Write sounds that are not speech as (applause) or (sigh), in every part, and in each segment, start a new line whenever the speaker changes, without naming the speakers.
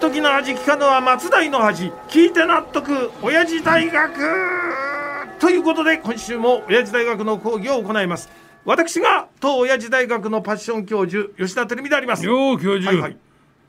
時の味聞かぬは松代の恥聞いて納得親父大学ということで今週も親父大学の講義を行います私が当親父大学のパッション教授吉田照美であります
よう教授、
はいはい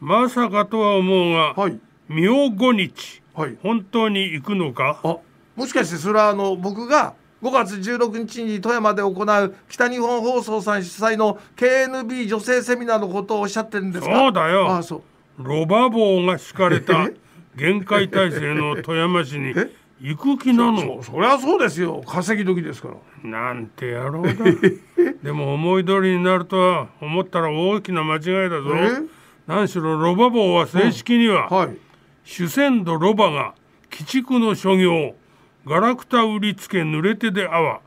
まさかとは思うが、
はい
明後日、
はい
本当に行くのか
あもしかしてそれはあの僕が5月16日に富山で行う北日本放送さん主催の KNB 女性セミナーのことをおっしゃってるんですか
そうだよ
あそう
ロバ棒が敷かれた
え
限界態勢の富山市に
え
行く気な
そ
の
そりゃそうですよ稼ぎ時ですから
なんて野
(laughs)
郎だでも思い通りになるとは思ったら大きな間違いだぞ
え
何しろロバ棒は正式には、
はい
主戦度ロバが鬼畜の所業ガラクタ売りつけ濡れてであわ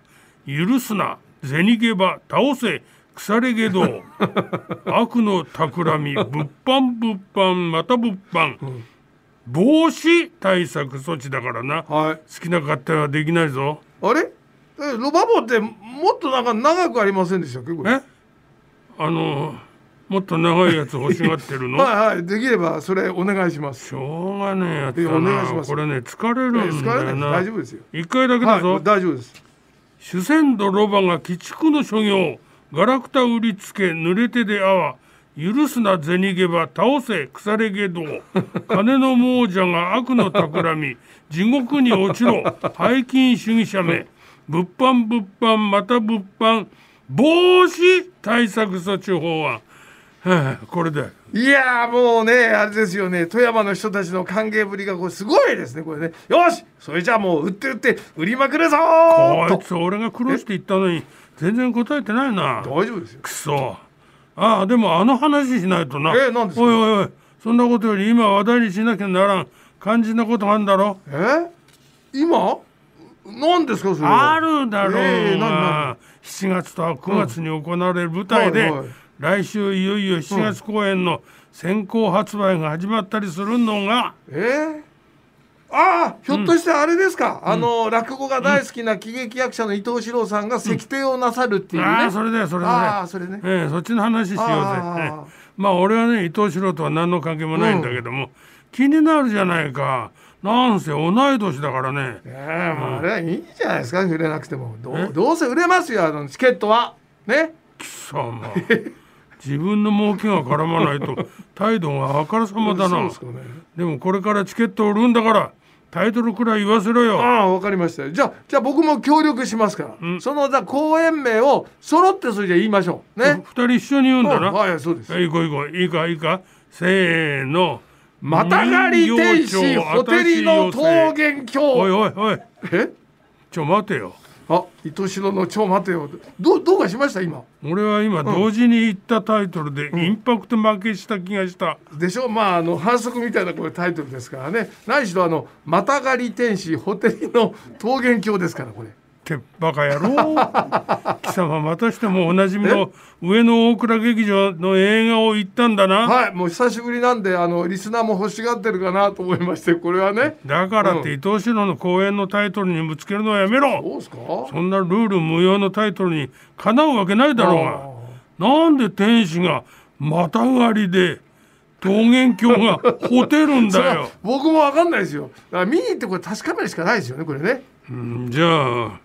許すな銭ゲバ倒せ腐れ
(laughs)
ゲド悪の企み物販物販また物販、防止対策措置だからな、
はい
好きな勝手はできないぞ
あれえロバボってもっとなんか長くありませんでしたっけこれ
えあのもっと長いやつ欲しがってるの
(laughs) はいはいできればそれお願いします
しょうがねえやつ
いや
だ
お願い
な
します
これね疲れる
え
ん
疲
だ
れ
よ
ない
な
大丈夫ですよ
一回だけ
は
だ
い
ぞ、
もう大丈夫です
主戦度ロバが鬼畜の所業ガラクタ売りつけ濡れてであわ許すな銭ゲバ倒せ腐れゲド金の亡者が悪の企み地獄に落ちろ背金主義者め物販物販また物販防止対策措置法案、はあ、これだよ
いやーもうねあれですよね富山の人たちの歓迎ぶりがこうすごいですねこれねよしそれじゃあもう売って売って売りまくるぞー
こ
と
いつ俺が苦労して言ったのに全然答えてないな
大丈夫ですよ
くそああでもあの話しないとな
え何ですか
おいおいおいそんなことより今話題にしなきゃならん肝心なことがあるんだろ
え今何ですかそれは
あるだろうが、
えー何
7月と9月に行われる舞台で、
うんはいはい
来週いよいよ7月公演の先行発売が始まったりするのが、
えー、ああひょっとしてあれですか、あの落語が大好きな喜劇役者の伊藤四郎さんが石庭をなさるっていうね、
ああそれだよそれだ
あ
よ
あそれね
ええそっちの話しようぜ、
ああ
ええまあ俺はね伊藤四郎とは何の関係もないんだけども、気になるじゃないかなんせ同い年だからね
ええまああれはいいんじゃないですか売れなくてもどうどうせ売れますよあのチケットはね
さあまあ自分の儲けが絡まないと態度があからさまだ
そう
な
ですかね
でもこれからチケットを売るんだからタイトルくらい言わせろよ
ああわかりましたじゃあじゃあ僕も協力しますから、そのだ公演名を揃ってそれじゃ言いましょうね
二、人一緒に言うんだな、
はいはいそうです
い、いこういいこういいかいいかせーの
またがり天使ホテリの桃源
おい
郷
おいおい
え
ちょ待てよ
あ、糸城の蝶待てよ。ど、どうかしました今。
俺は今同時に言ったタイトルでインパクト負けした気がした、
でしょまあ、あの、反則みたいなこれタイトルですからね。何しろあの、またがり天使、ホテルの桃源郷ですから、これ。
ってバカ野郎貴様またしてもおなじみの上野大倉劇場の映画を行ったんだな、
はい、もう久しぶりなんで、あの、リスナーも欲しがってるかなと思いまして、これはね。
だからって伊藤四郎の公演のタイトルにぶつけるのはやめろ
どうですか
そんなルール無用のタイトルにかなうわけないだろうがなんで天使がまたがりで桃源郷がホテるん
それ
だ
(laughs) は
よ、
僕もわかんないですよ。だから見に行ってこれ確かめるしかないですよね、これね。
うんじゃあ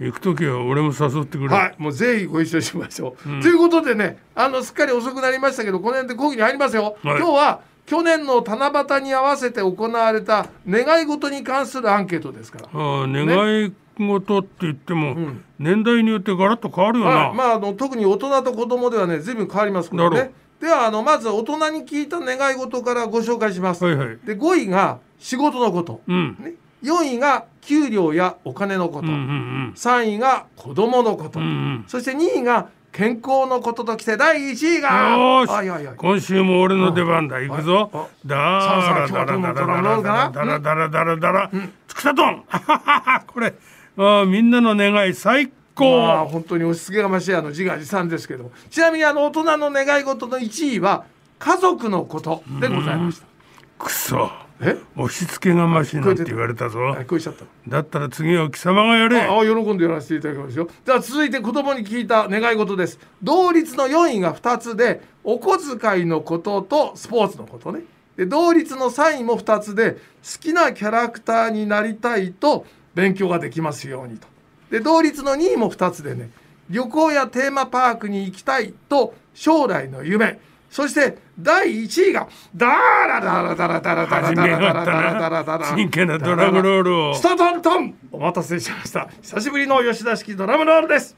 行く時は俺も誘ってくれ、
はい、もうぜひご一緒しましょう。ということでね、あのすっかり遅くなりましたけど、この辺で講義に入りますよ。
は
今
い
日は去年の七夕に合わせて行われた願い事に関するアンケートですから。
ああ願い事って言っても、年代によってガラッと変わるよな、
はい、まああの特に大人と子供ではね、随分変わりますから
なる
ね。ではあのまず大人に聞いた願い事からご紹介します。
はいはい
で5位が仕事のこと、
うん
ね、4位が給料やお金のこと、
うんうん
3位が子供のこと、
うんうん
そして2位が健康のことときて第1位が
よーし
はいはいはい
今週も俺の出番だ行くぞ
あ
だらだらだらだらだらだらだらだらつくさとんこれあーみんなの願い最
まあ
高
本当に押し付けがましいあの自画自賛ですけどもちなみにあの大人の願い事の1位は家族のことでございました
くそ
え
押し付けがましいなんて言われたぞ
あ聞こえちゃった
だったら次は貴様がやれ
ああ喜んでやらせていただきますよでは続いて子供に聞いた願い事です同率の4位が2つでお小遣いのこととスポーツのことねで同率の3位も2つで好きなキャラクターになりたいと勉強ができますようにとで同率の2位も2つでね旅行やテーマパークに行きたいと将来の夢そして第1位がダラダラダラダラダラ
始
ダ
めよ
ラ
っ
ダラダラダラ
た
ダラ
な真剣なドラムロールを
スタトントンお待たせしました久しぶりの吉田式ドラムロールです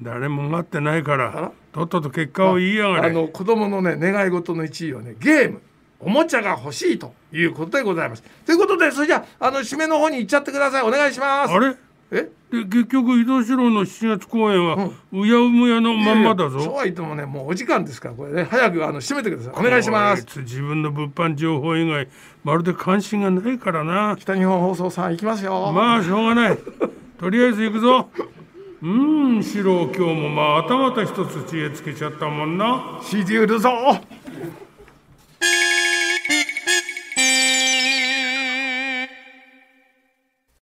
誰も待ってないか
あら
らとっとと結果を言いやが
あ
れ
の子供のね願い事の1位はねゲームおもちゃが欲しいということでございますということでそれじゃああの締めの方に行っちゃってくださいお願いします
あれ
え
で結局伊藤四郎の7月公演はうやむやのまんまだ
いやいやそう
ぞ
は言ってもねもうお時間ですからこれね早くあの締めてくださいお願いします
こいつ自分の物販情報以外まるで関心がないからな
北日本放送さん行きますよ、
まあしょうがないとりあえず行くぞうーん四郎今日もまあ頭た一つ知恵つけちゃったもんな
CD 売るぞ